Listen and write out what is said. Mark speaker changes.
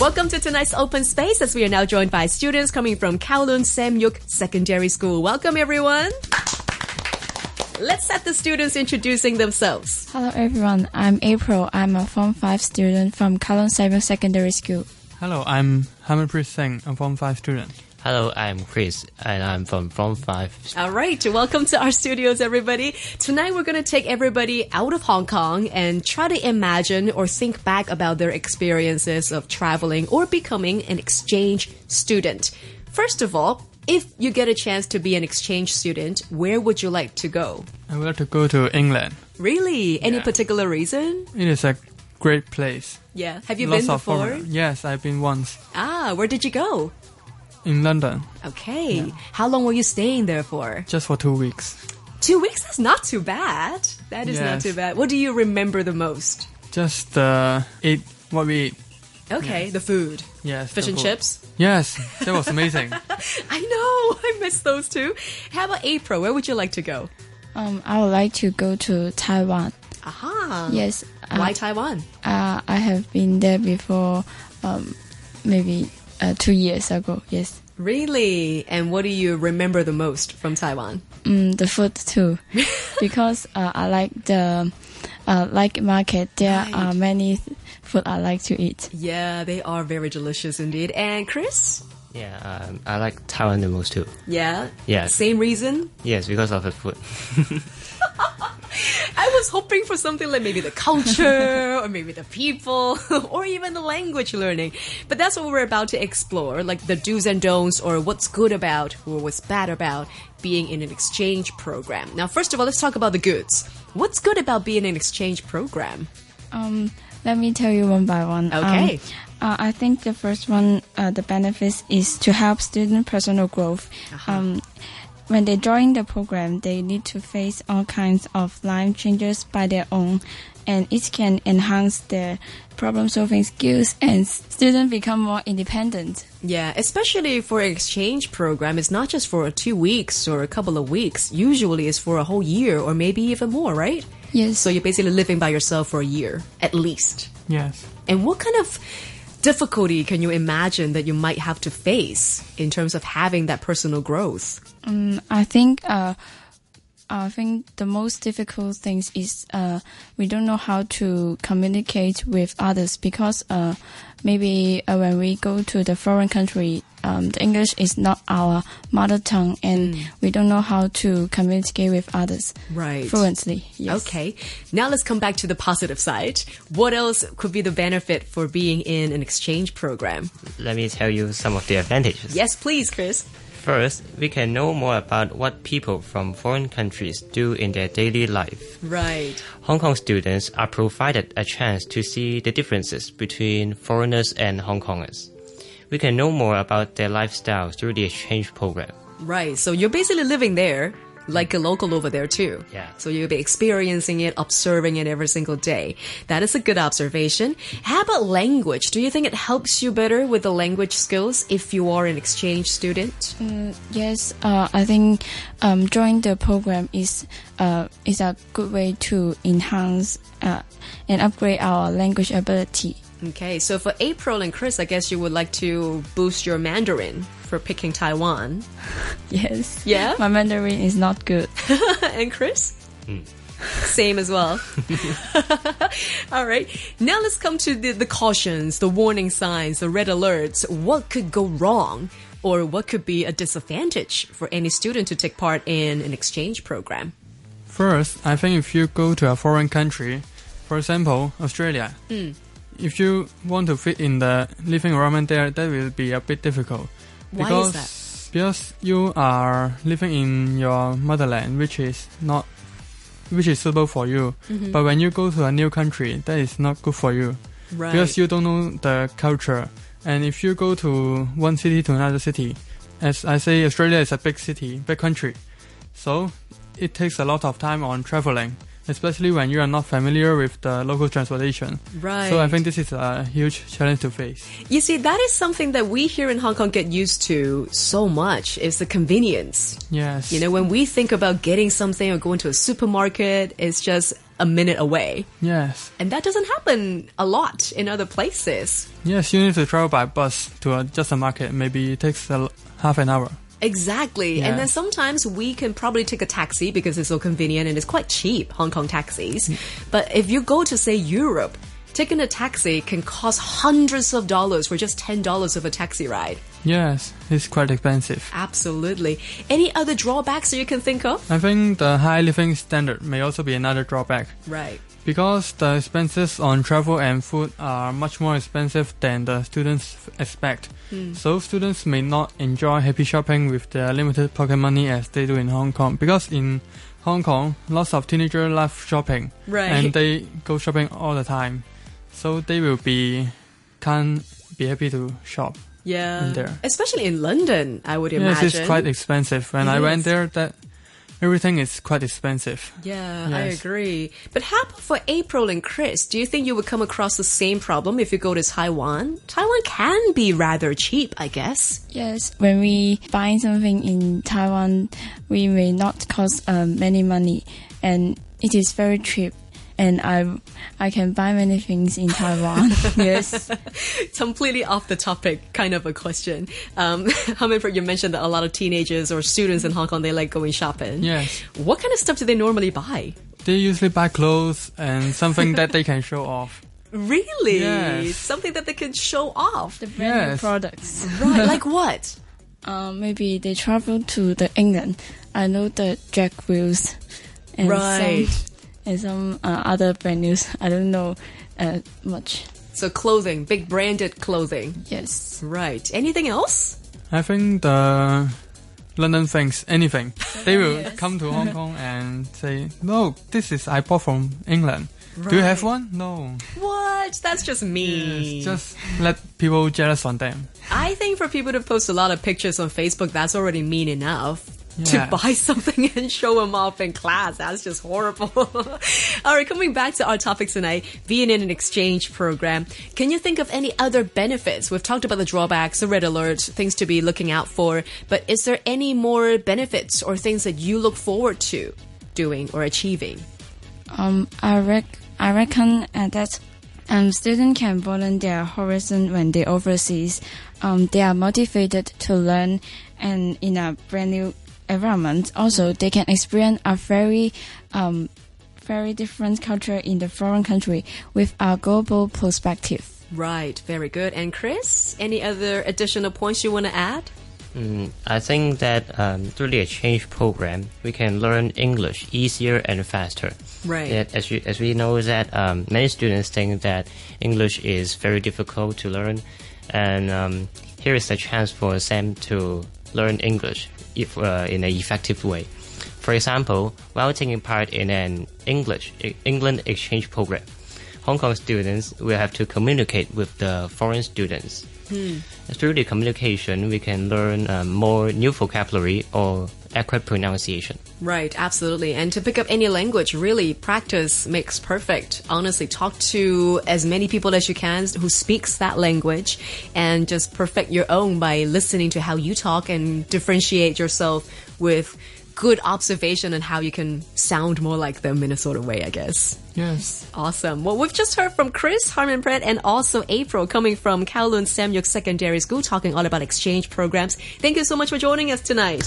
Speaker 1: Welcome to tonight's open space as we are now joined by students coming from Kowloon Samyuk Secondary School. Welcome everyone. Let's have the students introducing themselves.
Speaker 2: Hello everyone, I'm April. I'm a Form 5 student from Kowloon Cyber Secondary School.
Speaker 3: Hello, I'm Hamanpreet Singh. I'm Form 5 student.
Speaker 4: Hello, I'm Chris, and I'm from Form 5.
Speaker 1: All right, welcome to our studios, everybody. Tonight we're going to take everybody out of Hong Kong and try to imagine or think back about their experiences of traveling or becoming an exchange student. First of all, if you get a chance to be an exchange student, where would you like to go?
Speaker 3: I would like to go to England.
Speaker 1: Really? Any
Speaker 3: Yeah.
Speaker 1: particular reason?
Speaker 3: It is a great place.
Speaker 1: Yeah. Have you
Speaker 3: Lots
Speaker 1: been
Speaker 3: of
Speaker 1: before?
Speaker 3: foreigner- Yes, I've been once
Speaker 1: Ah, where did you go?
Speaker 3: in London
Speaker 1: Okay. How long were you staying there for?
Speaker 3: just for two weeks.
Speaker 1: Two weeks? That's not too bad. That is not
Speaker 3: Yes.
Speaker 1: too bad. What do you remember the most?
Speaker 3: Just uh, eat what we eat.
Speaker 1: Okay, the food.
Speaker 3: Yes,
Speaker 1: Fish
Speaker 3: the
Speaker 1: and
Speaker 3: food.
Speaker 1: chips.
Speaker 3: Yes, that was amazing.
Speaker 1: I know, I miss those too. How about April? Where would you like to go?
Speaker 2: Um, I would like to go to Taiwan.
Speaker 1: Aha.
Speaker 2: Yes, uh,
Speaker 1: Why Taiwan?
Speaker 2: uh, I have been there before, um, maybe uh, two years ago. Yes,
Speaker 1: Really? And what do you remember the most from Taiwan?
Speaker 2: mm, the food too, because uh, I like the uh, like market. There
Speaker 1: Right.
Speaker 2: are many food I like to eat.
Speaker 1: Yeah, they are very delicious indeed. And Chris?
Speaker 4: Yeah, um, I like Taiwan the most too.
Speaker 1: Yeah.
Speaker 4: Yeah.
Speaker 1: Same reason?
Speaker 4: Yes, because of the food.
Speaker 1: I was hoping for something like maybe the culture or maybe the people or even the language learning. But that's what we're about to explore, like the do's and don'ts or what's good about or what's bad about being in an exchange program. Now, first of all, let's talk about the goods. What's good about being in an exchange program?
Speaker 2: Um, let me tell you one by one. Um,
Speaker 1: Okay.
Speaker 2: uh, I think the first one, uh, the benefits is to help student personal growth. Um, when they join the program, they need to face all kinds of life changes by their own, and it can enhance their problem-solving skills and s- students become more independent.
Speaker 1: Yeah, especially for an exchange program, it's not just for two weeks or a couple of weeks. Usually it's for a whole year or maybe even more, right?
Speaker 2: Yes.
Speaker 1: So you're basically living by yourself for a year, at least.
Speaker 3: yes.
Speaker 1: And what kind of difficulty can you imagine that you might have to face in terms of having that personal growth?
Speaker 2: I think uh, I think the most difficult things is uh, we don't know how to communicate with others because uh, maybe uh, when we go to the foreign country, um, the English is not our mother tongue, and
Speaker 1: Mm.
Speaker 2: we don't know how to communicate with others
Speaker 1: Right.
Speaker 2: fluently. Yes.
Speaker 1: Okay, now let's come back to the positive side. What else could be the benefit for being in an exchange program?
Speaker 4: Let me tell you some of the advantages.
Speaker 1: Yes, please, Chris.
Speaker 4: First, we can know more about what people from foreign countries do in their daily life.
Speaker 1: Right.
Speaker 4: Hong Kong students are provided a chance to see the differences between foreigners and Hong Kongers. We can know more about their lifestyle through the exchange program.
Speaker 1: Right. So you're basically living there, like a local over there too.
Speaker 4: Yeah.
Speaker 1: So you'll be experiencing it, observing it every single day. That is a good observation. How about language? Do you think it helps you better with the language skills if you are an exchange student?
Speaker 2: Yes, uh, I think um, join the program is uh, is a good way to enhance uh, and upgrade our language ability.
Speaker 1: Okay. So for April and Chris, I guess you would like to boost your Mandarin for picking Taiwan.
Speaker 2: Yes.
Speaker 1: Yeah?
Speaker 2: My Mandarin is not good.
Speaker 1: and Chris? Same as well. All right. Now let's come to the, the cautions, the warning signs, the red alerts. What could go wrong or what could be a disadvantage for any student to take part in an exchange program?
Speaker 3: First, I think if you go to a foreign country, for example, Australia,
Speaker 1: Mm.
Speaker 3: if you want to fit in the living environment there, that will be a bit difficult.
Speaker 1: Why is
Speaker 3: because,
Speaker 1: that?
Speaker 3: Because you are living in your motherland, which is not, which is suitable for you.
Speaker 1: Mm-hmm.
Speaker 3: But when you go to a new country, that is not good for you
Speaker 1: Right.
Speaker 3: because you don't know the culture. And if you go to one city to another city, as I say, Australia is a big city, big country, so it takes a lot of time on traveling. especially when you are not familiar with the local transportation.
Speaker 1: Right.
Speaker 3: So I think this is a huge challenge to face.
Speaker 1: You see, that is something that we here in Hong Kong get used to so much is the convenience.
Speaker 3: Yes.
Speaker 1: You know, when we think about getting something or going to a supermarket, it's just a minute away.
Speaker 3: Yes.
Speaker 1: And that doesn't happen a lot in other places.
Speaker 3: Yes, you need to travel by bus to uh, just a market. Maybe it takes a l half an hour.
Speaker 1: Exactly.
Speaker 3: Yeah.
Speaker 1: And then sometimes we can probably take a taxi because it's so convenient and it's quite cheap, Hong Kong
Speaker 3: Mm.
Speaker 1: taxis. But if you go to, say, Europe, taking a taxi can cost hundreds of dollars for just $10 of a taxi ride.
Speaker 3: Yes, it's quite expensive.
Speaker 1: Absolutely. Any other drawbacks that you can think of?
Speaker 3: I think the high living standard may also be another drawback
Speaker 1: Right.
Speaker 3: because the expenses on travel and food are much more expensive than the students f- expect.
Speaker 1: Hmm.
Speaker 3: So students may not enjoy happy shopping with their limited pocket money as they do in Hong Kong because in Hong Kong, lots of teenagers love shopping
Speaker 1: Right.
Speaker 3: and they go shopping all the time. So they will be can't be happy to shop.
Speaker 1: yeah.
Speaker 3: in there.
Speaker 1: Especially in London, I would
Speaker 3: Yes,
Speaker 1: imagine.
Speaker 3: it's quite expensive.
Speaker 1: It
Speaker 3: When I
Speaker 1: is.
Speaker 3: went there, that everything is quite expensive.
Speaker 1: yeah, I
Speaker 3: Yes.
Speaker 1: agree. But how about for April and Chris? Do you think you would come across the same problem if you go to Taiwan? Taiwan can be rather cheap, I guess.
Speaker 2: Yes, when we buy something in Taiwan, we may not cost um, many money, and it is very cheap. And I, I can buy many things in Taiwan. yes,
Speaker 1: completely off the topic kind of a question. Um, Humphrey, you mentioned that a lot of teenagers or students in Hong Kong they like going shopping.
Speaker 3: Yes.
Speaker 1: What kind of stuff do they normally buy?
Speaker 3: They usually buy clothes and something that they can show off.
Speaker 1: Really?
Speaker 3: Yes.
Speaker 1: Something that they can show off.
Speaker 2: the brand new
Speaker 3: Yes.
Speaker 2: products.
Speaker 1: Right, like what?
Speaker 2: Uh, maybe they travel to the England. I know the Jack Wills and
Speaker 1: Right.
Speaker 2: some and some uh, other brand news. I don't know uh, much.
Speaker 1: So clothing, big branded clothing.
Speaker 2: Yes,
Speaker 1: Right. Anything else?
Speaker 3: I think the London things, anything, they will come to Hong Kong and say, "No, this is I bought from England. Do you have one? No.
Speaker 1: What? That's just me.
Speaker 3: Yes, just let people jealous on them.
Speaker 1: I think for people to post a lot of pictures on Facebook, that's already mean enough. To
Speaker 3: Yes.
Speaker 1: buy something and show them off in class. That's just horrible. All right, coming back to our topic tonight, being in an exchange program. Can you think of any other benefits? We've talked about the drawbacks, the red alert, things to be looking out for, but is there any more benefits or things that you look forward to doing or achieving?
Speaker 2: um, I rec I reckon uh, that um, students can broaden their horizon when they overseas. Um, they are motivated to learn and in a brand new environment. Also, they can experience a very um, very different culture in the foreign country with a global perspective.
Speaker 1: Right, very good. And Chris, any other additional points you want to add?
Speaker 4: Mm, I think that um, through the exchange program, we can learn English easier and faster.
Speaker 1: Right.
Speaker 4: Yet, as, you, as we know that um, many students think that English is very difficult to learn, and um, here is a chance for Sam to learn English if, uh, in an effective way. For example, while taking part in an English E, England exchange program, Hong Kong students will have to communicate with the foreign students. Through the communication, we can learn um, more new vocabulary or accurate pronunciation.
Speaker 1: Right, absolutely. And to pick up any language, really, practice makes perfect. Honestly, talk to as many people as you can who speaks that language and just perfect your own by listening to how you talk and differentiate yourself with good observation and how you can sound more like them in a sort of way, I guess.
Speaker 3: Yes.
Speaker 1: Awesome. Well, we've just heard from Chris, Harmon Brett, and also April coming from Kowloon Samyuk Secondary School talking all about exchange programs. Thank you so much for joining us tonight.